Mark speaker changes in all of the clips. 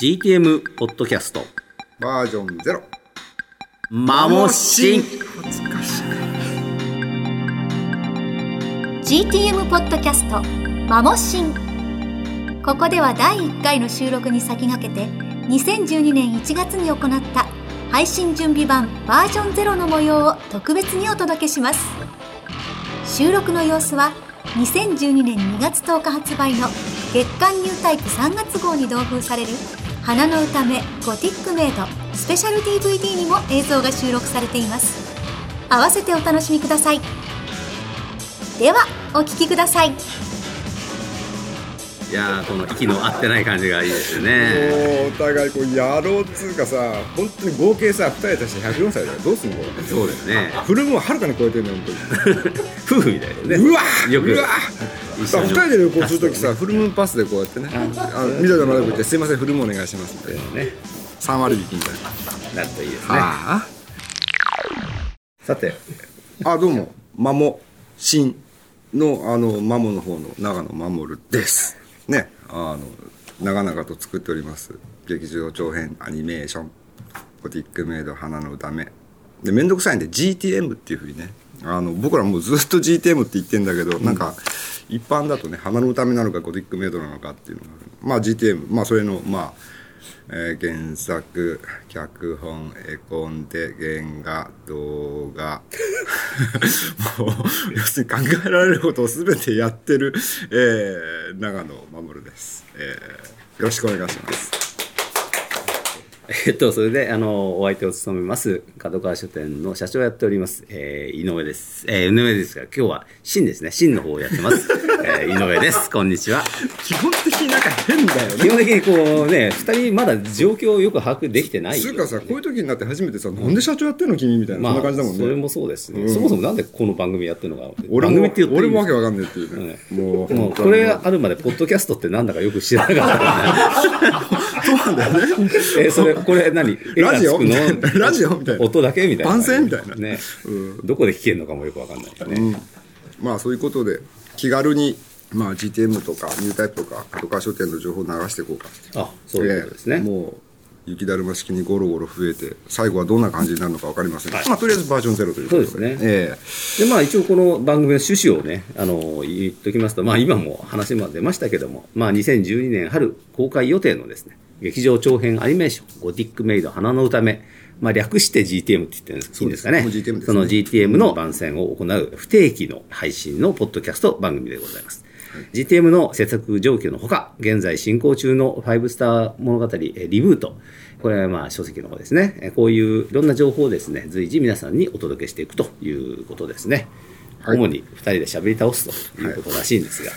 Speaker 1: GTM ポッドキャスト
Speaker 2: バージョンゼロ。
Speaker 1: マモシン
Speaker 2: 懐かしい。
Speaker 3: GTM ポッドキャストマモシンここでは第1回の収録に先駆けて2012年1月に行った配信準備版バージョンゼロの模様を特別にお届けします収録の様子は2012年2月10日発売の月刊ニュータイプ3月号に同封される「花の歌めゴティックメイドスペシャル DVD」にも映像が収録されています合わせてお楽しみくださいではお聞きくださ
Speaker 1: い
Speaker 3: い
Speaker 1: やーこの息の合ってない感じがいいですよね
Speaker 2: もうお互いこう野郎っつうかさ、本当に合計さ、二人足して104歳だよ。どうすんのこれ。
Speaker 1: そうですね
Speaker 2: フルムーンはるかに超えてるのよ、本
Speaker 1: 夫婦みたい
Speaker 2: 当
Speaker 1: で
Speaker 2: に。
Speaker 1: すね
Speaker 2: うわ
Speaker 1: よく
Speaker 2: うわ
Speaker 1: 一緒
Speaker 2: 2
Speaker 1: に
Speaker 2: 人で旅行するときさ、フルムーンパスでこうやってね、あの緑の窓口ですいません、フルムーンお願いしますみたいなね、3割引きみたいな。
Speaker 1: なるといいですね
Speaker 2: ああさてあどうもマモシンのあのマモの方の長野守ですねあの長々と作っております劇場長編アニメーション「ゴティックメイド花の歌め」で面倒くさいんで GTM っていうふうにねあの僕らもうずっと GTM って言ってんだけど、なんか一般だとね花の歌めなのかゴティックメイドなのかっていうのがまあ GTM まあそれのまあえー原作脚本絵コンテ原画動画 もう要するに考えられることを全てやってる、えー長野守です、えーよろしくお願いします
Speaker 1: えっとそれであのお相手を務めます角川書店の社長をやっております、えー井上です、えー井上ですが今日はシンですねシンの方をやってます、えー井上ですこんにちは
Speaker 2: 基本的になんか変だよ
Speaker 1: 基本的にこうね二人まだ状況をよく把握できてない
Speaker 2: つ
Speaker 1: よ
Speaker 2: うかさこういう時になって初めてさなんで社長やってんの君みたいな、
Speaker 1: まあ
Speaker 2: そんな感じだも
Speaker 1: それ
Speaker 2: んね
Speaker 1: もそうですね、
Speaker 2: うん
Speaker 1: そもそもなんでこの番組やってるのか
Speaker 2: 俺
Speaker 1: 番組
Speaker 2: も
Speaker 1: って言っていい
Speaker 2: 俺
Speaker 1: ん
Speaker 2: も
Speaker 1: ですか
Speaker 2: わけわかんないっていうね、もう
Speaker 1: もうこれがあるまでポッドキャストってなんだかよく知らなかった ですねえそれこれ何絵が
Speaker 2: ラジオ
Speaker 1: つく
Speaker 2: みたいな
Speaker 1: の
Speaker 2: ラジオみたいな
Speaker 1: 音だけみたいな
Speaker 2: 番宣みたいな
Speaker 1: ね、
Speaker 2: う
Speaker 1: どこで聞けるのかもよくわかんないよね、
Speaker 2: うん、まあそういうことで気軽に、まあ、GTM とかニュータイプとか角川書店の情報を流していこうか
Speaker 1: あそういうことですね、
Speaker 2: ええもう雪だるま式にゴロゴロ増えて最後はどんな感じになるのか分かりませんが、まあとりあえずバージョンゼロということで
Speaker 1: そうですね
Speaker 2: え
Speaker 1: でまあ、一応この番組の趣旨をね、あの言っときますと、まあ、今も話も出ましたけども、まあ、2012年春公開予定のですね劇場長編アニメーション「ゴティックメイド花の歌め」まあ、略して GTM って言ってるんですいいんですかね
Speaker 2: そうですもう GTM ですね
Speaker 1: その GTM の番宣を行う不定期の配信のポッドキャスト番組でございます。GTM の制作状況のほか、現在進行中の5スター物語えリブート、これはまあ書籍の方ですね。えこういういろんな情報をですね、随時皆さんにお届けしていくということですね。
Speaker 2: はい
Speaker 1: 主に2人で喋り倒すということらしいんですが。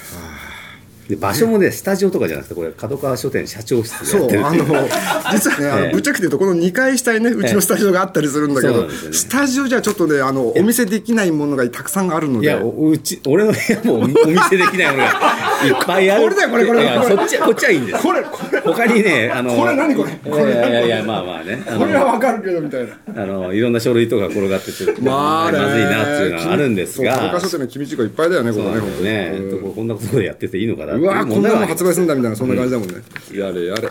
Speaker 1: で場所もね、スタジオとかじゃなくて、これ、角川書店社長室でや
Speaker 2: えそ
Speaker 1: っ
Speaker 2: う
Speaker 1: てる
Speaker 2: あ
Speaker 1: ってい
Speaker 2: の
Speaker 1: う
Speaker 2: 実はねあ
Speaker 1: ええ
Speaker 2: のぶっちゃけて言うとこの2階下にねうちのスタジオがあったりするんだけ
Speaker 1: そうな
Speaker 2: ど、
Speaker 1: んですよね
Speaker 2: スタジオじゃちょっとねあのお見せできないものがたくさんあるの
Speaker 1: い
Speaker 2: で
Speaker 1: や、おうち、俺の部屋もおお見せできないものがいっぱいある。
Speaker 2: これだよこれこれ
Speaker 1: いや
Speaker 2: これ
Speaker 1: そっちは、こっちはいいんです。
Speaker 2: これこれ
Speaker 1: 他にね、あの、
Speaker 2: これ何これ
Speaker 1: いやいやいやいや、まあまあね。あ
Speaker 2: これは
Speaker 1: の、
Speaker 2: 分かるけどみたいな。
Speaker 1: あのいろんな書類とか転がってちょっと、
Speaker 2: まあね、
Speaker 1: まずいなっていうのはあるんです
Speaker 2: そう
Speaker 1: が
Speaker 2: 教科、書店の君事項いっぱいだよね、こ
Speaker 1: そう
Speaker 2: こ
Speaker 1: な
Speaker 2: ね、
Speaker 1: んですよね。とここんなことでやってていいのかなっ
Speaker 2: う
Speaker 1: てい
Speaker 2: んうわーこんな
Speaker 1: はあ
Speaker 2: のも
Speaker 1: ります
Speaker 2: 発売するんだみたいな、そんな感じだもんね。やれやれ。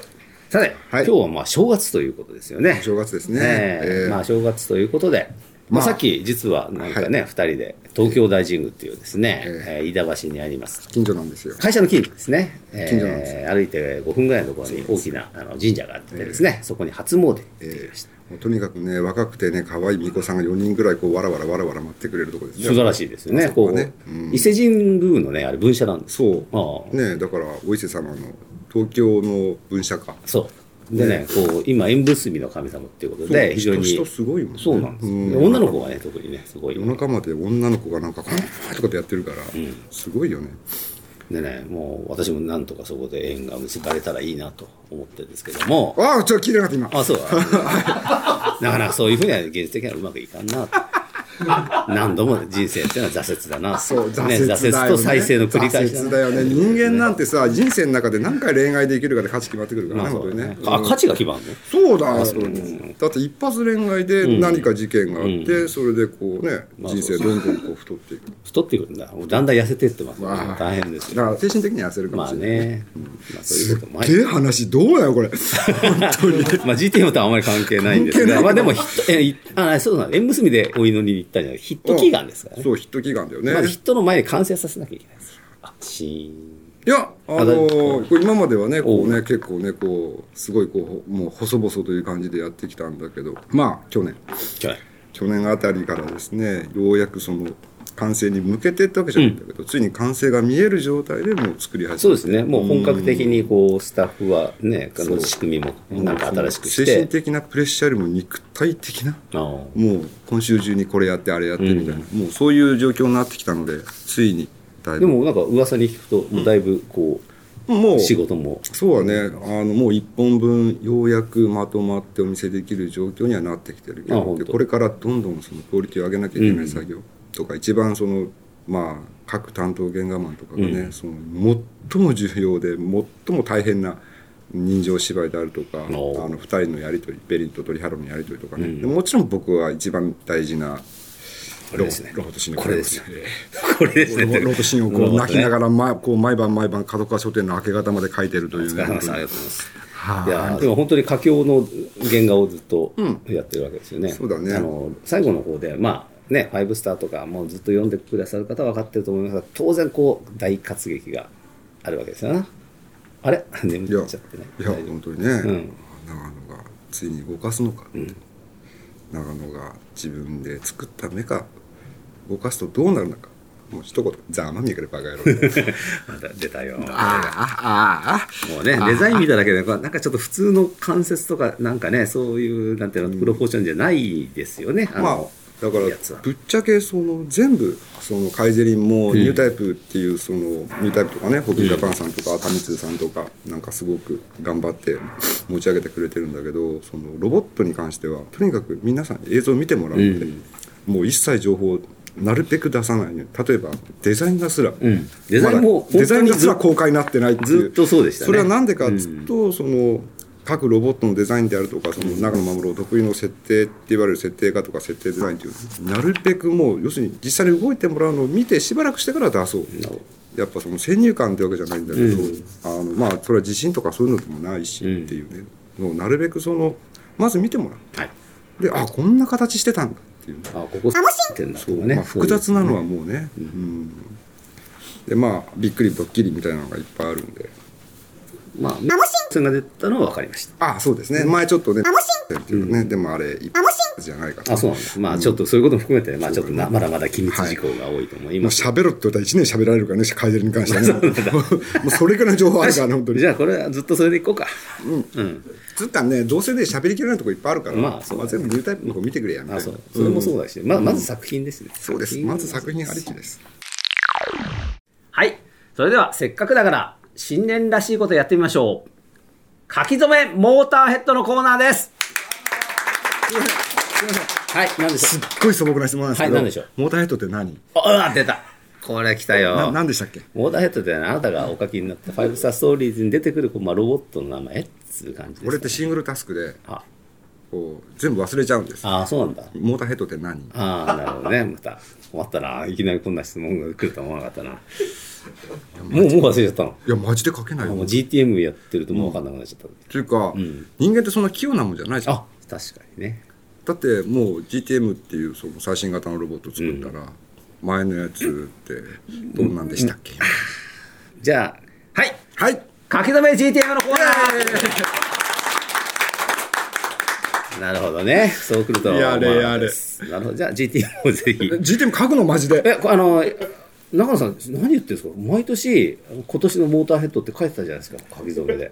Speaker 1: さて、
Speaker 2: はい
Speaker 1: 今日はまあ正月ということですよね。
Speaker 2: 正月ですね
Speaker 1: ええ
Speaker 2: ええ
Speaker 1: まあ正月ということで、まあ、
Speaker 2: まあ
Speaker 1: さっき実はなんかね、二人で東京大神宮っていうですね、え
Speaker 2: え
Speaker 1: え飯田橋にあります
Speaker 2: 近所なんですよ。
Speaker 1: 会社の近所ですね、えー
Speaker 2: 近所なんです
Speaker 1: 歩いて5分ぐらいのところに大きなあの神社があってですね、そこに初詣に行ってきました、
Speaker 2: もうとにかくね、若くてね、可愛い巫女さんが4人ぐらいこうわらわらわらわら待ってくれるとこです
Speaker 1: 素晴
Speaker 2: ね。
Speaker 1: らしいですよねこう
Speaker 2: ね
Speaker 1: 伊勢神宮のねあれ分社なんです
Speaker 2: そう
Speaker 1: ああ
Speaker 2: ね、だからお伊勢様の東京の分社か。
Speaker 1: そうでねこう今縁結びの神様っていうことで非常に
Speaker 2: 人すごいもんね。
Speaker 1: そうなんです、
Speaker 2: う
Speaker 1: で女の子がね特にねすごい
Speaker 2: 夜中まで女の子がなんか、こんなとかでやってるから、すごいよね。
Speaker 1: でねもう私もなんとかそこで縁が結ばれたらいいなと思ってるんですけども
Speaker 2: ああ、ちょっと聞いてなかった今。
Speaker 1: あそうだなかなかそういうふうには現実的にはうまくいかんなと何度も人生っていうのは挫折だな。
Speaker 2: そう、挫
Speaker 1: ね
Speaker 2: 折だよ、ね。
Speaker 1: 挫折と再生の繰り返し
Speaker 2: 挫折だよね。人間なんてさ、人生の中で何回恋愛できるかで価値決まってくるから
Speaker 1: まあ
Speaker 2: ね、
Speaker 1: そ
Speaker 2: 本当
Speaker 1: う
Speaker 2: に
Speaker 1: だ
Speaker 2: ね
Speaker 1: ね。。あ、
Speaker 2: うん
Speaker 1: 価値が基盤ね。
Speaker 2: そうだよ
Speaker 1: そうです
Speaker 2: だって一発恋愛で何か事件があって、それでこうね、
Speaker 1: まあ
Speaker 2: 人生どんどんこう太っていく。
Speaker 1: 太ってくるんだ。だんだん痩せてってますね
Speaker 2: わあ。
Speaker 1: 大変です
Speaker 2: だ
Speaker 1: よ。
Speaker 2: から精神的には焦るかも
Speaker 1: まあ
Speaker 2: しれない。
Speaker 1: ね。まあそういうこともあり
Speaker 2: 手話どうだよ、これ。
Speaker 1: まあ GTM とはあまり関係ないんです
Speaker 2: 関係
Speaker 1: が、
Speaker 2: ない
Speaker 1: まあでもヒット、え、いあ、そうなの。縁結びでお祈りに行ったんじゃなくてヒット祈願ですからね。
Speaker 2: そう、ヒット祈願だよね。
Speaker 1: まずヒットの前に完成させなきゃいけないですよ。あ、シーン。
Speaker 2: いや、あの
Speaker 1: あだいぶ
Speaker 2: こう今まではね、こう
Speaker 1: お
Speaker 2: ね、結構ね、こう、すごいこう、もう細々という感じでやってきたんだけど、まあ、去年、
Speaker 1: じゃあ
Speaker 2: 去年あたりからですね、ようやくその、完成に向けてったわけじゃないんだけど、ついに完成が見える状態でもう作り始めた
Speaker 1: そうですね。もう本格的にこう、スタッフはね、あ
Speaker 2: そ
Speaker 1: の
Speaker 2: う
Speaker 1: 仕組みも
Speaker 2: もう
Speaker 1: なんか新しく
Speaker 2: そ
Speaker 1: し
Speaker 2: の精神
Speaker 1: て。
Speaker 2: 的なプレッシャーよりも肉体的な、
Speaker 1: あの
Speaker 2: もう今週中にこれやって、あれやってみたいな、もうそういう状況になってきたので、ついに、だいぶ。
Speaker 1: でもなんか噂に聞くと、だいぶこ
Speaker 2: も
Speaker 1: う、
Speaker 2: う
Speaker 1: 仕事も。
Speaker 2: そうはね、あのもう1本分ようやくまとまってお見せできる状況にはなってきてるけ
Speaker 1: あ
Speaker 2: ど
Speaker 1: 本当
Speaker 2: でこれからどんどんそのクオリティを上げなきゃいけない作業とか、一番そのまあ各担当原画マンとかがね、
Speaker 1: う
Speaker 2: その最も重要で最も大変な人情芝居であるとかあ
Speaker 1: お
Speaker 2: の2人のやり取りベリンと鳥原のやり取りとかね、
Speaker 1: うん
Speaker 2: でもちろん僕は一番大事 な
Speaker 1: これですね
Speaker 2: ロボットシーン
Speaker 1: これですね。これです
Speaker 2: ロボ
Speaker 1: ね。
Speaker 2: ロボットシーン をこう泣きなが
Speaker 1: ら。
Speaker 2: ら、ま、こう毎晩毎晩角川書店の明け方まで書いてるとい
Speaker 1: お
Speaker 2: う
Speaker 1: 疲
Speaker 2: ね
Speaker 1: れ様です。ありがとうございます。
Speaker 2: 本当にはいい
Speaker 1: やーでも本当に佳境の原画をずっとやってるわけですよね。
Speaker 2: そうだね
Speaker 1: あの最後の方で、まあね、ファイブスターとかもうずっと読んでくださる方は分かってると思いますが、当然こう大活劇があるわけですよな。あれ眠っちゃってね。
Speaker 2: いや
Speaker 1: 大丈夫
Speaker 2: 本当にね、
Speaker 1: ん
Speaker 2: 長野がついに動かすのか、長野が自分で作った目か動かすとどうなるのかもう一言「ざまみくれバカ野 郎」
Speaker 1: また出たよ。
Speaker 2: あああ
Speaker 1: もうね、デザイン見ただけで、こうなんかちょっと普通の関節とか、なんかね、そういう、なんていうの、プロポーションじゃないですよね。あの
Speaker 2: まあだから
Speaker 1: やつは
Speaker 2: ぶっちゃけその全部そのカイゼリンもニュータイプっていうそのニュータイプとかねホビージャパンさんとかタミツーさんとかなんかすごく頑張って持ち上げてくれてるんだけどそのロボットに関してはとにかく皆さん映像を見てもらうので、
Speaker 1: うん
Speaker 2: もう一切情報をなるべく出さないように例えばデザインがすら、
Speaker 1: うんデザインも
Speaker 2: まだデザインがすら
Speaker 1: 本当
Speaker 2: 公開になってないっていう
Speaker 1: ずっとそうでしたね
Speaker 2: それはなんでかっつうと、その各ロボットのデザインであるとかその中野守を得意の設定って言われる設定化とか設定デザインっていうのなるべくもう要するに実際に動いてもらうのを見てしばらくしてから出そうやっぱその先入観ってわけじゃないんだけど、
Speaker 1: うん
Speaker 2: あのまあそれは自信とかそういうのでもないし
Speaker 1: うん
Speaker 2: っていうね、もうなるべくそのまず見てもらう
Speaker 1: はい。
Speaker 2: であこんな形してたんだっていうね
Speaker 1: あ、ここ、ってんだとかね。
Speaker 2: まあ、複雑なのはもうね、うんでまあびっくりドッキリみたいなのがいっぱいあるんで
Speaker 1: まあ、マモシンが出たのは分かりまし
Speaker 2: あそうですね前ちょっとねっていうかねでもあれ一発じゃないか
Speaker 1: た。あ、そうなんです。まあ、ちょっとそういうことも含めて、まあ、ちょっとなまだまだ機密事項が多いと思い
Speaker 2: も
Speaker 1: ま
Speaker 2: う
Speaker 1: す。
Speaker 2: 喋ろって言ったら1年喋られるからねカイゼリに関してはねもうそれぐらいの情報あるからね本当に
Speaker 1: じゃあ、これはずっとそれでいこうか。うん。
Speaker 2: つうかねどうせね喋りきれないとこいっぱいあるから、
Speaker 1: まあそうだね
Speaker 2: 全部ニュータイプの方見てくれやみたい
Speaker 1: あ、
Speaker 2: な
Speaker 1: そう。それもそううだし、まあ、まず作品ですね。
Speaker 2: そうですまず作品ありきです
Speaker 1: はい。それでは、せっかくだから、新年らしいことやってみましょう。書き初めモーターヘッドのコーナーです。はい、なんでし
Speaker 2: す
Speaker 1: ょ
Speaker 2: っごい素朴な質問なんですけど、
Speaker 1: はい何でしょう
Speaker 2: モーターヘッドって何
Speaker 1: う。ああ、出た。これ来た
Speaker 2: な
Speaker 1: よ。
Speaker 2: 何でしたっけ
Speaker 1: モーターヘッドってあなたがお書きになったファイブスターストーリーズに出てくるこう、まあ、ロボットの名前っつう感じです、ね。
Speaker 2: 俺ってシングルタスクで
Speaker 1: あ
Speaker 2: こう全部忘れちゃうんです
Speaker 1: あー、そうなんだ。
Speaker 2: モーターヘッドって何
Speaker 1: ああ、なるほどね。また、終わったな。いきなりこんな質問が来るとは思わなかったな。もう、もう忘れちゃったの。
Speaker 2: いやマジで書けないよ
Speaker 1: もう
Speaker 2: っ
Speaker 1: GTM やってるともう分かんなくなっちゃった。
Speaker 2: ていうか、
Speaker 1: ん
Speaker 2: 人間ってそんな器用なもんじゃないじゃん
Speaker 1: あ、確かにね。
Speaker 2: だってもう GTM っていうその最新型のロボット作ったら、前のやつってどんなんでしたっけ、
Speaker 1: じゃあ、はい
Speaker 2: はい
Speaker 1: 書き留め GTM のコーナーなるほどね。そうくると思わなかったです。なるほど。じゃあ GTM をぜひ。
Speaker 2: GTM 書くのマジで
Speaker 1: え、こあの、中野さん、何言ってるんですか毎年、今年のモーターヘッドって書いてたじゃないですか。書き初め で。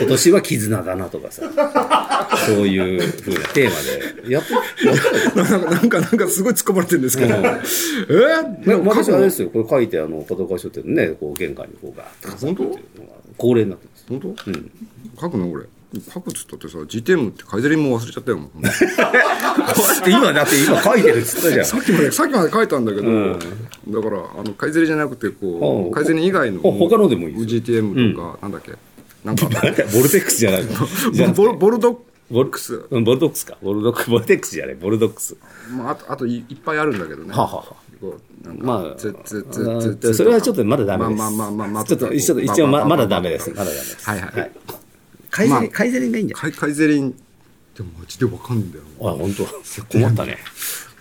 Speaker 1: 今年は絆だなとかさ。そういうふうなテーマで。やっと、
Speaker 2: なんかなんかなんかすごい突っ込まれてるんですけど、
Speaker 1: うん
Speaker 2: えー、
Speaker 1: で
Speaker 2: で
Speaker 1: も
Speaker 2: も書
Speaker 1: 毎
Speaker 2: く
Speaker 1: 年あれ
Speaker 2: の
Speaker 1: ですよ。これ書いて、あの、片岡書店のね、こう玄関にこうガーッと飾ってっていうのが恒例になってます。
Speaker 2: 本当、
Speaker 1: うん。
Speaker 2: 書くの俺各つったってさ辞典もって改ざりも忘れち ゃったよもう
Speaker 1: 今だって今書いてるっつったじゃん
Speaker 2: さっきまでさっきまで書いたんだけど、
Speaker 1: うん
Speaker 2: だからあの改ざりじゃなくてこ
Speaker 1: あ
Speaker 2: う改ざり以外の
Speaker 1: ほ他のでもいいですよ
Speaker 2: GTM とか、なんだっけなんか
Speaker 1: なんだボルテックスじゃない じゃなくて
Speaker 2: ボルボルド
Speaker 1: ボル
Speaker 2: ックス
Speaker 1: うんボルドックスかボルドックボルテックスじゃないボルドックス
Speaker 2: まあ、あとあといいっぱいあるんだけどね。
Speaker 1: はあはあは
Speaker 2: こうなんか
Speaker 1: まあ
Speaker 2: つつつ
Speaker 1: あ
Speaker 2: つ
Speaker 1: ー
Speaker 2: つ
Speaker 1: それはちょっとまだダメです
Speaker 2: まあまあまあまあ。
Speaker 1: ちょっと一応一応ままだダメですまだダメです
Speaker 2: はいはい。
Speaker 1: 改善
Speaker 2: まあ
Speaker 1: 改善がいいんじゃない
Speaker 2: カイカイゼリンでもマジでわかんないんだよ。
Speaker 1: あ本当困ったね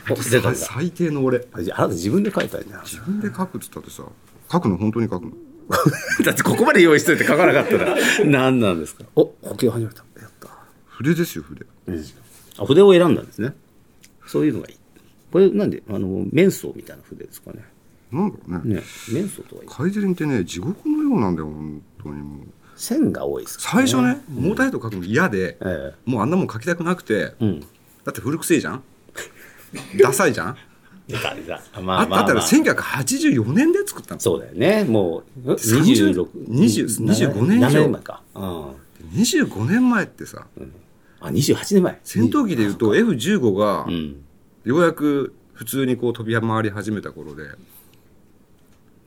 Speaker 1: お出たんだ
Speaker 2: 最低の俺。
Speaker 1: あじゃああなた自分で書いたんじゃん
Speaker 2: 自分で書くっつったってさ、書くの本当に書くの。
Speaker 1: だってここまで用意しといて書かなかったら何なんですかお補給始めたやった
Speaker 2: 筆ですよ筆。
Speaker 1: あ筆を選んだんですねそういうのがいいこれなんであの面相みたいな筆ですかね
Speaker 2: なんだろうね。
Speaker 1: ね面相とはいい
Speaker 2: カイゼリンってね地獄のようなんだよ本当にもう。
Speaker 1: 線が多いですか
Speaker 2: 最初ね、モータヘッド書くの嫌で、
Speaker 1: え
Speaker 2: もうあんなもん書きたくなくて、
Speaker 1: えうん
Speaker 2: だって古くせえじゃ ん。ダサいじゃん。
Speaker 1: 出た出た
Speaker 2: あ
Speaker 1: ま
Speaker 2: あ
Speaker 1: あまあ、
Speaker 2: った
Speaker 1: ま
Speaker 2: ら
Speaker 1: あ、
Speaker 2: 1984年で作ったの。
Speaker 1: そうだよねもう
Speaker 2: 30
Speaker 1: 26
Speaker 2: 20 25年以上
Speaker 1: 7年前か、うん、
Speaker 2: 25年前ってさ、
Speaker 1: あ28年前
Speaker 2: 戦闘機でいうと F15 が
Speaker 1: う、ん
Speaker 2: ようやく普通にこう飛び回り始めた頃で、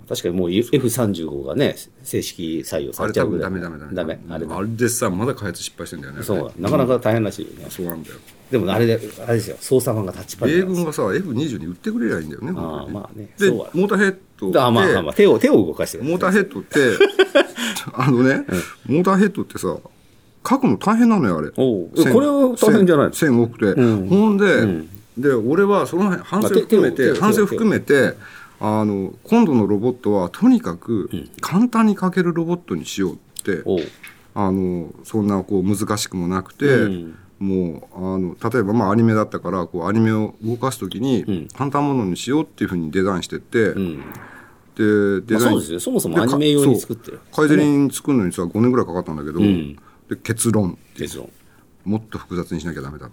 Speaker 1: 確かにもう F35 がね正式採用さ
Speaker 2: あ
Speaker 1: れ
Speaker 2: れ
Speaker 1: ちゃ
Speaker 2: 多
Speaker 1: うぐ
Speaker 2: 分
Speaker 1: らい
Speaker 2: ダメダメ
Speaker 1: ダ
Speaker 2: ダメ。
Speaker 1: メあれ
Speaker 2: あれでさ、まだ開発失敗してんだよね。
Speaker 1: そう
Speaker 2: あ
Speaker 1: なかなか大変らしいよね
Speaker 2: れそうなんだよ。
Speaker 1: でもあれであれですよ操作マンがタッチパネル
Speaker 2: 米
Speaker 1: なんです
Speaker 2: 軍
Speaker 1: よ
Speaker 2: はさ、F20 に売ってくれりゃいいんだよね。本
Speaker 1: あ
Speaker 2: 当
Speaker 1: あ
Speaker 2: に
Speaker 1: まあね
Speaker 2: で、
Speaker 1: そう
Speaker 2: モ
Speaker 1: は
Speaker 2: ーターヘッドって、
Speaker 1: あまあまあまあ手を手を動かしてる
Speaker 2: モーターヘッドって、 あのね、モーターヘッドってさ、書くの大変なのよ、あれ。
Speaker 1: おうえこれは大変じゃないの
Speaker 2: 線多くて。
Speaker 1: うん
Speaker 2: ほんで、
Speaker 1: ん
Speaker 2: で、俺はその反省を含め
Speaker 1: まあ手手
Speaker 2: て、
Speaker 1: を
Speaker 2: 反省を含めて、あの、今度のロボットはとにかく簡単に書けるロボットにしようって、
Speaker 1: おう
Speaker 2: あの、そんなこう難しくもなくて、
Speaker 1: うん
Speaker 2: もうあの例えばまあアニメだったからこうアニメを動かすとき
Speaker 1: ん
Speaker 2: に簡単ものにしようっていうふうにデザインしてって、
Speaker 1: うんま
Speaker 2: でデ
Speaker 1: あ
Speaker 2: ザイ
Speaker 1: そ
Speaker 2: ン、
Speaker 1: うですよそもそもアニメ用に作ってる
Speaker 2: カイゼリン作るのにさ5年ぐらいかかったんだけど、
Speaker 1: ん
Speaker 2: で結論
Speaker 1: 結論
Speaker 2: もっと複雑にしなきゃダメだ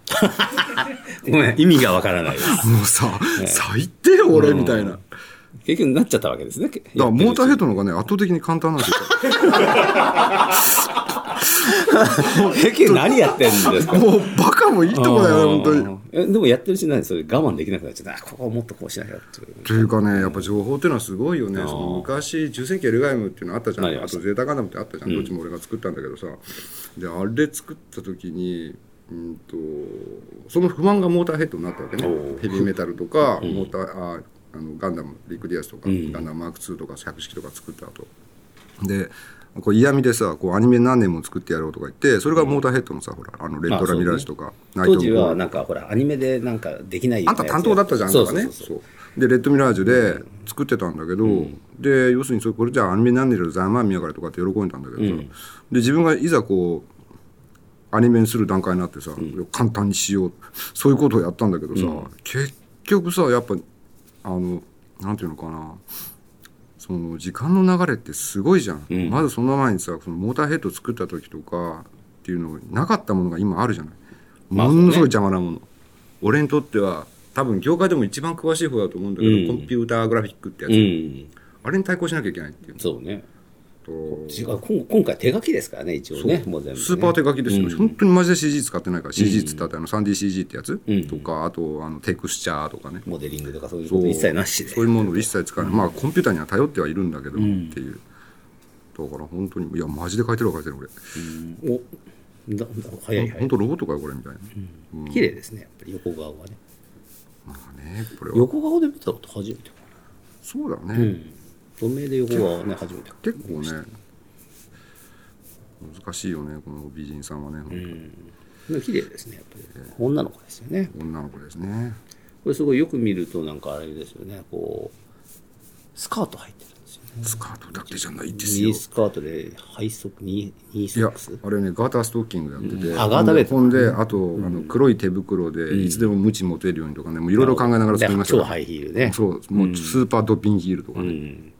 Speaker 1: ごめん意味がわからないです
Speaker 2: もうさ、最低よ俺みたいな、だか
Speaker 1: 結局なっちゃったわけですねだから
Speaker 2: モーターヘッ
Speaker 1: ド
Speaker 2: ドの方がね圧倒的に簡単な んですよ
Speaker 1: 結局何やってんですか
Speaker 2: もうバカもいいとこだよね本当にっ
Speaker 1: にえでもやってるしないそれ我慢できなくなっちゃったあここをもっとこうしなきゃっていう
Speaker 2: ていうかねやっぱ情報っていうのはすごいよね
Speaker 1: あー
Speaker 2: その昔重戦機エルガイムっていうのあったじゃん
Speaker 1: あり
Speaker 2: あ
Speaker 1: ました
Speaker 2: とゼータガンダムってあったじゃん、どっちも俺が作ったんだけどさであれ作った時にうんとその不満がモーターヘッドになったわけね
Speaker 1: おー
Speaker 2: ヘビーメタルとか、モーターああのガンダムリクリアスとか、
Speaker 1: うん
Speaker 2: ガンダムマーク2とか百式とか作った後でこう嫌味でさこうアニメ何年も作ってやろうとか言ってそれがモーターヘッドのさ、ほらあのレッドラミラージュとか、ナイ
Speaker 1: 当
Speaker 2: ト
Speaker 1: 時
Speaker 2: の
Speaker 1: はなんかほらアニメでなんかできないよ
Speaker 2: あ
Speaker 1: うんな
Speaker 2: た
Speaker 1: やつ
Speaker 2: 担当だったじゃん
Speaker 1: そ
Speaker 2: と
Speaker 1: う
Speaker 2: か
Speaker 1: そう
Speaker 2: ね
Speaker 1: そうそう
Speaker 2: そうでレッドミラージュで作ってたんだけど、で要するにそれこれじゃあアニメになんねえけどざまあみやからとかって喜んでたんだけどさ、で自分がいざこうアニメにする段階になってさ、簡単にしようそういうことをやったんだけどさ、結局さやっぱあのなんていうのかなその時間の流れってすごいじゃん、まずその前にさそのモーターヘッド作った時とかっていうのなかったものが今あるじゃない、
Speaker 1: まあ
Speaker 2: ものすごい邪魔なもの俺にとっては多分業界でも一番詳しい方だと思うんだけど、
Speaker 1: うん
Speaker 2: コンピューターグラフィックってやつ、
Speaker 1: うん
Speaker 2: あれに対抗しなきゃいけないっていう
Speaker 1: そうね
Speaker 2: の
Speaker 1: 違うこん今回手書きですからね一応
Speaker 2: と、
Speaker 1: ねもう全部ね
Speaker 2: スーパー手書きですよ、
Speaker 1: うん
Speaker 2: 本当にマジで CG 使ってないから、CG っつったってあの 3DCG ってやつ、
Speaker 1: うん
Speaker 2: とかあとあのテクスチャーとかね
Speaker 1: モデリングとかそういう
Speaker 2: そ
Speaker 1: こ
Speaker 2: う
Speaker 1: と一切なしで
Speaker 2: そういうものを一切使わない、まあコンピューターには頼ってはいるんだけどっていう、だから本当にいやマジで書いてるわ書いてる俺、
Speaker 1: おだだ早い早
Speaker 2: 本
Speaker 1: い
Speaker 2: 当ロボットかよこれみたいな、
Speaker 1: 綺麗ですねやっぱり横顔がね
Speaker 2: まあねこれは
Speaker 1: 横顔で見たこと初めてか
Speaker 2: そうだね、
Speaker 1: なうん透明で横顔はね初めてか
Speaker 2: 結構ね難しいよねこの美人さんはね、
Speaker 1: でも綺麗ですねやっぱり女の子ですよね
Speaker 2: 女の子ですね
Speaker 1: これすごいよく見るとなんかあれですよねこうスカート入ってるんですよね
Speaker 2: スカートだけじゃないです
Speaker 1: ミ
Speaker 2: よ
Speaker 1: ニスカートでハイソックニーニー
Speaker 2: い
Speaker 1: ソッ
Speaker 2: や
Speaker 1: クス
Speaker 2: あれねガーターストッキングやってて、
Speaker 1: うんあガーターベルト
Speaker 2: ほんであと、あの黒い手袋でいつでもムチ持てるようにとかねもういろいろ考えながら作りました
Speaker 1: 超
Speaker 2: よ
Speaker 1: ハイヒールね
Speaker 2: そうもうスーパードッピングヒールとか
Speaker 1: う
Speaker 2: ね、
Speaker 1: ん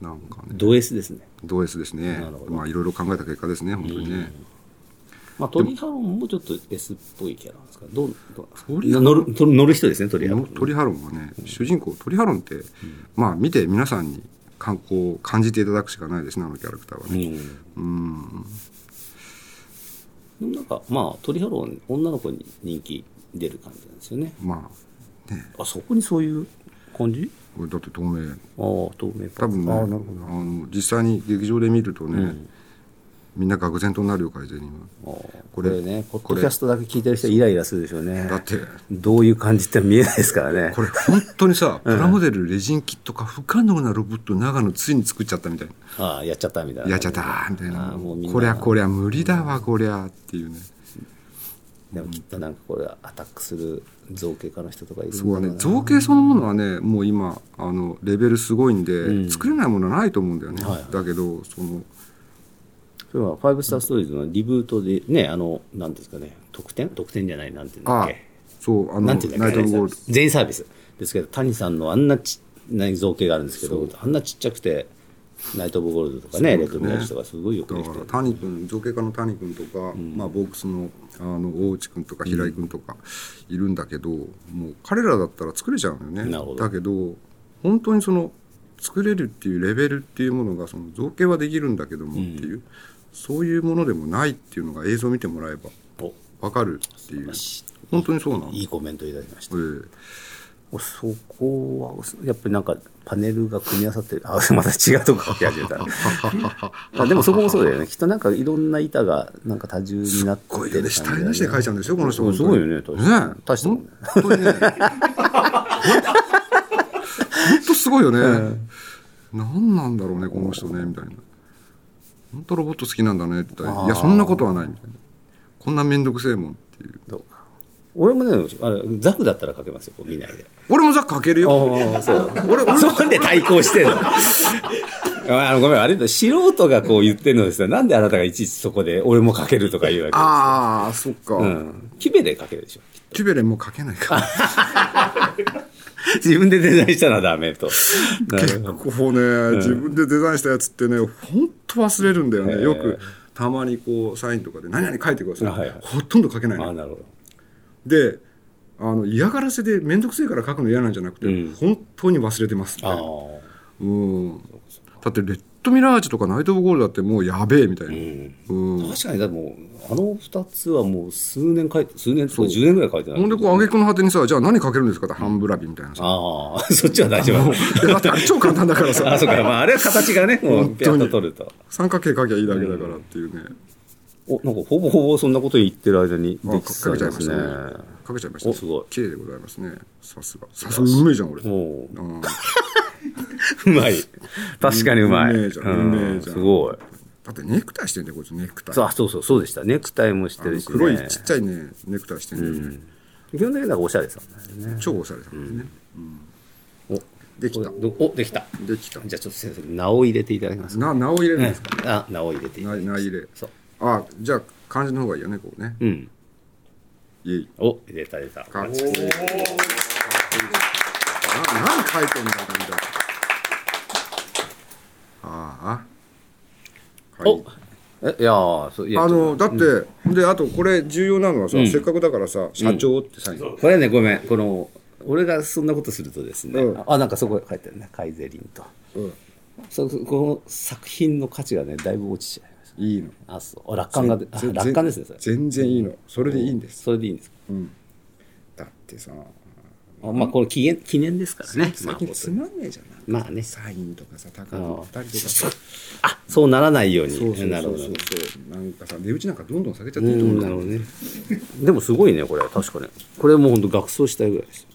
Speaker 2: なんかね
Speaker 1: ド S ですね
Speaker 2: ド S ですね
Speaker 1: なるほど
Speaker 2: まあいろいろ考えた結果ですね本当にね、
Speaker 1: まあ、トリハロンもちょっと S っぽいキャラなんですかどうどう
Speaker 2: リハ
Speaker 1: 乗ると乗る人ですねトリハロン
Speaker 2: 鳥ハロンはね、主人公鳥ハロンって、まあ見て皆さんに観光を感じていただくしかないですねあのキャラクターは
Speaker 1: う
Speaker 2: ね、
Speaker 1: ん
Speaker 2: うん
Speaker 1: でもなんか、まあ、鳥ハロー、女の子に人気出る感じなんですよね。
Speaker 2: まあね
Speaker 1: あ、そこにそういう感じ
Speaker 2: これだって透明
Speaker 1: ああ、透明パ
Speaker 2: 多
Speaker 1: ーツ
Speaker 2: 分ねあの実際に劇場で見るとね、みんな愕然となるよ会場には
Speaker 1: あー
Speaker 2: こ
Speaker 1: こ
Speaker 2: れ
Speaker 1: れね、ポッドキャストだけ聞いてる人はイライラするでしょうね
Speaker 2: だ。って
Speaker 1: どういう感じって見えないですからね
Speaker 2: こ。れ本当にさ、プラモデルレジンキットか不可能なロボット長野ついに作っちゃったみたいな
Speaker 1: ああ、やっちゃったみたいな。
Speaker 2: やっちゃったーみたいな
Speaker 1: あーもうみんな
Speaker 2: こりゃこりゃ無理だわこりゃっていうね
Speaker 1: でもきっとなんかこれアタックする造形家の人とかいる
Speaker 2: そうは
Speaker 1: だ
Speaker 2: ね造形そのものはねもう今あのレベルすごいんで、作れないものはないと思うんだよね、
Speaker 1: はい
Speaker 2: だけどその
Speaker 1: それはファイブスターストーリーズのリブートでね、あの、なんですかね、得点得点じゃない、なんていうんだ
Speaker 2: あ
Speaker 1: っ
Speaker 2: あ
Speaker 1: け。
Speaker 2: そうあのナ
Speaker 1: な
Speaker 2: イ
Speaker 1: んて
Speaker 2: ト
Speaker 1: い
Speaker 2: ル
Speaker 1: うんだっけ
Speaker 2: ゴールド
Speaker 1: 全員サービスですけど、谷さんのあんなちな造形があるんですけど、あんなちっちゃくて、ナイト・オブ・ゴールドとかね、レッド・ブラッシュとかすごいよくで
Speaker 2: だ
Speaker 1: き
Speaker 2: か
Speaker 1: て
Speaker 2: ら
Speaker 1: る。
Speaker 2: 谷君造形家の谷君とか、まあ、ボックスのあの大内君とか平井君とかいるんだけど、もう彼らだったら作れちゃうのよね
Speaker 1: なるほど
Speaker 2: だけど本当にその作れるっていうレベルっていうものがその造形はできるんだけどもっていう、そういうものでもないっていうのが映像見てもらえば
Speaker 1: お
Speaker 2: 分かるっていう
Speaker 1: よし
Speaker 2: 本当にそうなの。
Speaker 1: いいコメントいただきました。
Speaker 2: ええ
Speaker 1: そこは、やっぱりなんか、パネルが組み合わさってる。あ、 また違うとこ書き始め た。あでもそこもそうだよね。きっとなんかいろんな板が、なんか多重になって
Speaker 2: こう
Speaker 1: る
Speaker 2: いうね、
Speaker 1: 感じ
Speaker 2: 死
Speaker 1: だよ
Speaker 2: 体なしで書いちゃうんですよ、この人。
Speaker 1: うんすごいよね
Speaker 2: 本当
Speaker 1: 確か
Speaker 2: に
Speaker 1: に
Speaker 2: ねえ
Speaker 1: 大したもんね
Speaker 2: 本当にね。本当すごいよね。何なんだろうね、この人ね、みたいな。本当ロボット好きなんだねって言ったらいや、そんなことはない、みたいな。こんなめんどくせえもんっていう。
Speaker 1: どうか俺もね、あれ、ザクだったら書けますよ、こう見ないで。
Speaker 2: 俺もザック書けるよ。
Speaker 1: ああ、そう。
Speaker 2: 俺、俺、
Speaker 1: そんで対抗してんの。 あのごめん、あれだ、素人がこう言ってるのですよ。なんであなたがいちいちそこで、俺も書けるとか言うわけ。
Speaker 2: ああ、そっ
Speaker 1: う
Speaker 2: か。
Speaker 1: ん。キベで書けるでしょ。
Speaker 2: キュベレンも書けないから。
Speaker 1: 自分でデザインしたらダメ と。なる
Speaker 2: 結
Speaker 1: ほど
Speaker 2: 構ね、自分でデザインしたやつってね、本当忘れるんだよね。よく、たまにこう、サインとかで、何々書いてください。
Speaker 1: はいはい
Speaker 2: ほとんど書けないの
Speaker 1: あなるほど。
Speaker 2: であの嫌がらせで面倒くせえから書くの嫌なんじゃなくて、
Speaker 1: うん
Speaker 2: 本当に忘れてますみたいな
Speaker 1: ああ。
Speaker 2: うんだってレッドミラージュとかナイト・オブ・ゴールドだってもうやべえみたいな、うん
Speaker 1: 確かに、でも、あの二つはもう数年書いて、数年とか10年ぐらい書いてない。
Speaker 2: ほんでこう挙句の果てにさじゃあ何書けるんですかって半ブラビみたいなさ
Speaker 1: あ あ、そっちは大丈夫。
Speaker 2: いやだってあれ超簡単だからさ
Speaker 1: あ、そうか。まあ、あれは形がね、もう、
Speaker 2: 本
Speaker 1: ピャ
Speaker 2: 当
Speaker 1: ッ
Speaker 2: に
Speaker 1: と取ると。
Speaker 2: 三角形書きゃいいだけだからっていうね、
Speaker 1: お、なんか、ほぼほぼそんなこと言ってる間に
Speaker 2: あ
Speaker 1: でき
Speaker 2: か
Speaker 1: そう
Speaker 2: けちゃい
Speaker 1: で
Speaker 2: ますした
Speaker 1: ね。
Speaker 2: ね書けちゃいました
Speaker 1: おすごい
Speaker 2: 綺麗でございますねさすがさすがうめえじゃん俺
Speaker 1: もう、
Speaker 2: うん
Speaker 1: うまい。 確かにうまい。
Speaker 2: うめえじゃん
Speaker 1: うん
Speaker 2: うめえじゃん
Speaker 1: すごい。
Speaker 2: だってネクタイしてんだよこいつネクタイ
Speaker 1: そうあそうそう、そうでした。ネクタイもして
Speaker 2: あの
Speaker 1: るし、ね。
Speaker 2: 黒いちっちゃいねネクタイしてんだよね、
Speaker 1: 基本的にはおしゃれさんだよね。
Speaker 2: 超おしゃれだもんね、
Speaker 1: お、
Speaker 2: できた
Speaker 1: これどお、できた。
Speaker 2: できた
Speaker 1: じゃあちょっと先生、名を入れていただけますか。
Speaker 2: な名を入れるんですか、
Speaker 1: あ、名を入れていた
Speaker 2: な
Speaker 1: だき
Speaker 2: 名
Speaker 1: ます。
Speaker 2: 入れ
Speaker 1: そう。
Speaker 2: あじゃあ漢字の方がいいよねこうね
Speaker 1: うん。
Speaker 2: イエイ
Speaker 1: お、入れた入れた。
Speaker 2: かっこいいな何書いてんだみたいなああは
Speaker 1: お
Speaker 2: い、
Speaker 1: え、いやー、そういや
Speaker 2: あのだって、であとこれ重要なのはさ、せっかくだからさ社長ってサイン、
Speaker 1: これね、ごめん。この、俺がそんなことするとですね、
Speaker 2: うん
Speaker 1: あ、なんかそこ書いてあるね。カイゼリンと。
Speaker 2: うん
Speaker 1: そうそうこの作品の価値がね、だいぶ落ちちゃいまし
Speaker 2: いいの
Speaker 1: た。あ、そう。あ楽観が出、あ
Speaker 2: 全
Speaker 1: 楽観ですね、それ。
Speaker 2: 全然いいのそれでいいんです、
Speaker 1: それでいいんですか。
Speaker 2: だってさ
Speaker 1: あまあ、これ記念、記念ですからね。ま
Speaker 2: 最
Speaker 1: あ
Speaker 2: 近つまんねえじゃない
Speaker 1: まあね。
Speaker 2: サインとかさ高
Speaker 1: あ
Speaker 2: く
Speaker 1: ー
Speaker 2: 二人とかさ
Speaker 1: あ、そうならないように。
Speaker 2: そうそう
Speaker 1: なる
Speaker 2: そ
Speaker 1: ほ
Speaker 2: う
Speaker 1: ど
Speaker 2: そ
Speaker 1: ね。
Speaker 2: うなんかさ値打ちなんかどんどん下げちゃっ
Speaker 1: う
Speaker 2: てると思うん
Speaker 1: ん、
Speaker 2: だ
Speaker 1: な
Speaker 2: け
Speaker 1: るほ
Speaker 2: ど
Speaker 1: どね。でもすごいね、これ。確かね。これもうほんと学装したいぐらいです。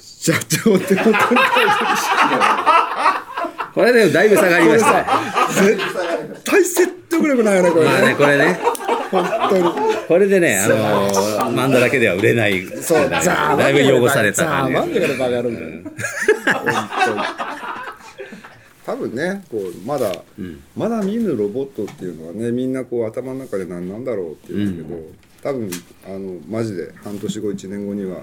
Speaker 2: 社長ってこと
Speaker 1: これでだいぶ下がりました。
Speaker 2: 大説得力ないよねこれ
Speaker 1: まあ
Speaker 2: ね
Speaker 1: ね、これね。
Speaker 2: 本当に
Speaker 1: これでね、あのー、漫画だけでは売れない。
Speaker 2: そう
Speaker 1: だいぶ
Speaker 2: ざあ
Speaker 1: だいぶ汚された
Speaker 2: ざ
Speaker 1: 感
Speaker 2: あ
Speaker 1: じ
Speaker 2: ま
Speaker 1: が
Speaker 2: んでこれバカ野郎みたいな本当に多分ねこうまだ、まだ見ぬロボットっていうのはねみんなこう頭の中で何なんだろうって言うんだけど、多分あのマジで半年後1年後には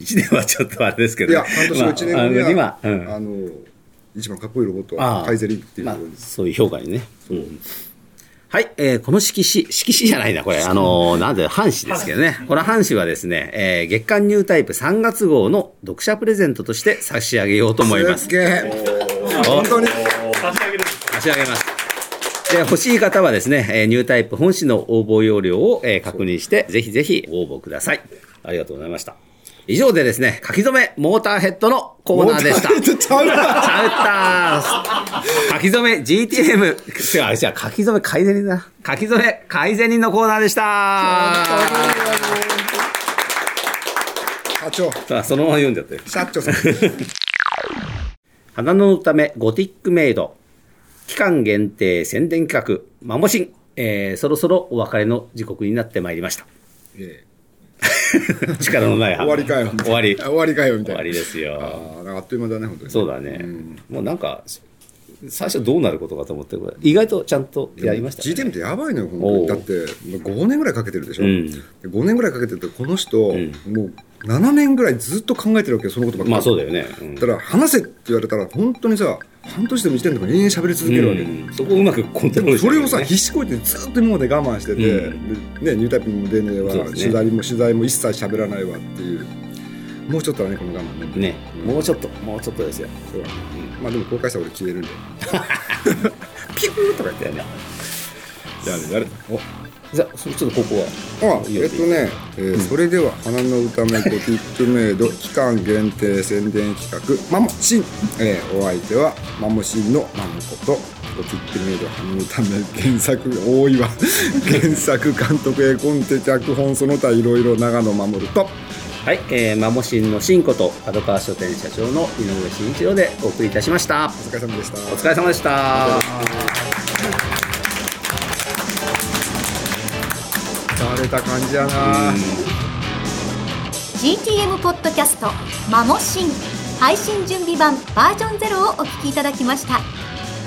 Speaker 1: 一年はちょっとあれですけ
Speaker 2: い
Speaker 1: ど。
Speaker 2: や半年後1年後には、
Speaker 1: まあ
Speaker 2: あ
Speaker 1: あの今うん
Speaker 2: の一番かっこいいロボット
Speaker 1: あ
Speaker 2: は
Speaker 1: あ
Speaker 2: カイゼリンっていう
Speaker 1: ま
Speaker 2: と
Speaker 1: あ
Speaker 2: ころです、
Speaker 1: そういう評価にね。うんはい、えーこの色紙、色紙じゃないな、これ。あのーなんで、半紙ですけどね。この半紙はですね、えー月刊ニュータイプ3月号の読者プレゼントとして差し上げようと思います
Speaker 2: っ。げえ
Speaker 1: お
Speaker 2: 本当に
Speaker 4: 差し上げるんです
Speaker 1: 差し上げます。えー欲しい方はですね、えーニュータイプ本誌の応募要領を、えー確認して、ぜひぜひ応募ください。ありがとうございました。以上でですね、書き初めモーターヘッドのコーナーでした。
Speaker 2: ちゃうな
Speaker 1: ちゃったー書き初め GTM。違う、あれ違う、書き初め改善人だ。書き初め改善人のコーナーでした
Speaker 2: 社長
Speaker 1: さあ、そのまま読んじゃってる。
Speaker 2: 社長さん
Speaker 1: 花のためゴティックメイド。期間限定宣伝企画、マモシン。えー、そろそろお別れの時刻になってまいりました。
Speaker 2: ええ
Speaker 1: 力のない
Speaker 2: 終わりかよみたい
Speaker 1: 終わり。
Speaker 2: な 終わりかよみ
Speaker 1: 終
Speaker 2: たいな
Speaker 1: わりですよ。
Speaker 2: ああなんかあっという間だね本当に
Speaker 1: そうだね。もうなんか、最初どうなることかと思って、これ意外とちゃんとやりました、ね。
Speaker 2: GTM ってやばいのよ本当にだって5年ぐらいかけてるでしょ、
Speaker 1: うん
Speaker 2: で5年ぐらいかけててこの人、
Speaker 1: ん
Speaker 2: もう7年ぐらいずっと考えてるわけよそのことばっかり
Speaker 1: まあそうだよね。うん
Speaker 2: だから話せって言われたら本当にさ半年でも1年とか延々喋り続けるわけよ、
Speaker 1: うんそこをうまくコント
Speaker 2: で
Speaker 1: ロー
Speaker 2: も
Speaker 1: ルして
Speaker 2: そ
Speaker 1: る
Speaker 2: れ
Speaker 1: よ
Speaker 2: を
Speaker 1: ね
Speaker 2: さ、必死こいてずっと今まで我慢してて、
Speaker 1: う
Speaker 2: でね、ニュータイプにも出ねえわ、
Speaker 1: そうですね
Speaker 2: 取材も取材も一切喋らないわっていう、もうちょっとだね、この我慢ね。
Speaker 1: ね、もうちょっと、もうちょっとですよ。
Speaker 2: そうだねまあでも公開したら俺消えるんで。
Speaker 1: ピューとか言ったよね。
Speaker 2: やれやれ。お
Speaker 1: じゃあ、そちょっとここは。
Speaker 2: あ、えっとね、えーそれでは花の歌めゴティックメイド 期間限定宣伝企画マモシン、えーお相手はマモシンのマモことゴティックメイド花の歌め原作大岩原作監督絵コンテ脚本その他いろいろ長野守ると
Speaker 1: はい、えー、マモシンのシンこと、角川書店社長の井上慎一郎でお送りいたしました。
Speaker 2: お疲れ様でした。
Speaker 1: お疲れ様でした。
Speaker 2: 疲れた感じやな。
Speaker 3: GTM ポッドキャスト「マモシン」配信準備版バージョンゼロをお聞きいただきました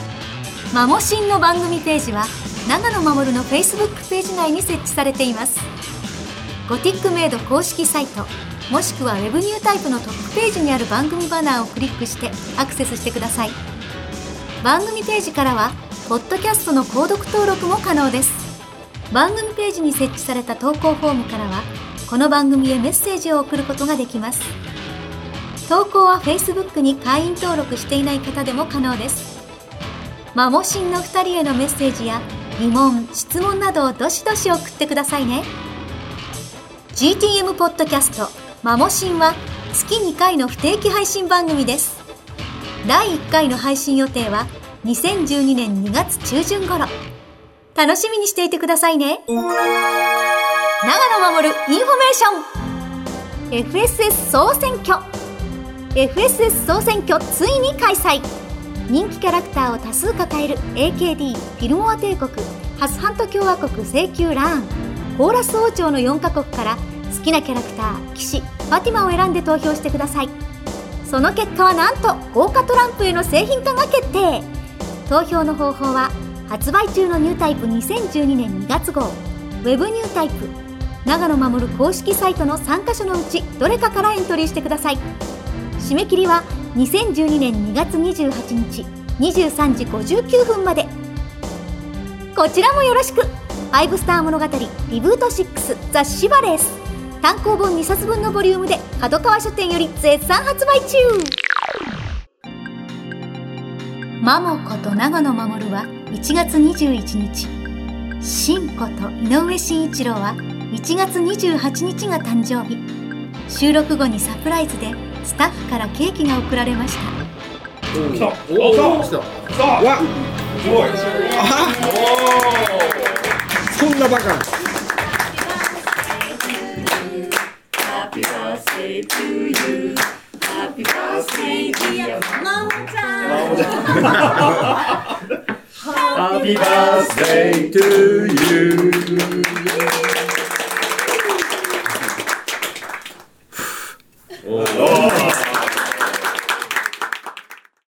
Speaker 3: 「マモシン」の番組ページは長野守の Facebook ページ内に設置されていますゴティックメイド公式サイトもしくはウェブニュータイプのトップページにある番組バナーをクリックしてアクセスしてください番組ページからはポッドキャストの購読登録も可能です番組ページに設置された投稿フォームからはこの番組へメッセージを送ることができます投稿は Facebook に会員登録していない方でも可能ですマモシンの2人へのメッセージや疑問・質問などをどしどし送ってくださいね GTM ポッドキャスト「マモシン」は月2回の不定期配信番組です第1回の配信予定は2012年2月中旬頃楽しみにしていてくださいね長野守るインフォメーション FSS 総選挙 FSS 総選挙ついに開催人気キャラクターを多数抱える AKD フィルモア帝国ハスハント共和国請求ラーンコーラス王朝の4カ国から好きなキャラクター騎士ファティマを選んで投票してくださいその結果はなんと豪華トランプへの製品化が決定投票の方法は発売中のニュータイプ2012年2月号ウェブニュータイプ長野守公式サイトの3カ所のうちどれかからエントリーしてください締め切りは2012年2月28日23時59分までこちらもよろしく「5スター物語リブート6ザ・シバレース」単行本2冊分のボリュームで角川書店より絶賛発売中マモこと長野守は1月21日シンこと井上真一郎は1月28日が誕生日収録後にサプライズでスタッフからケーキが贈られました
Speaker 2: わ、すごい。あ、そんなバカな。
Speaker 4: Happy birthday to you.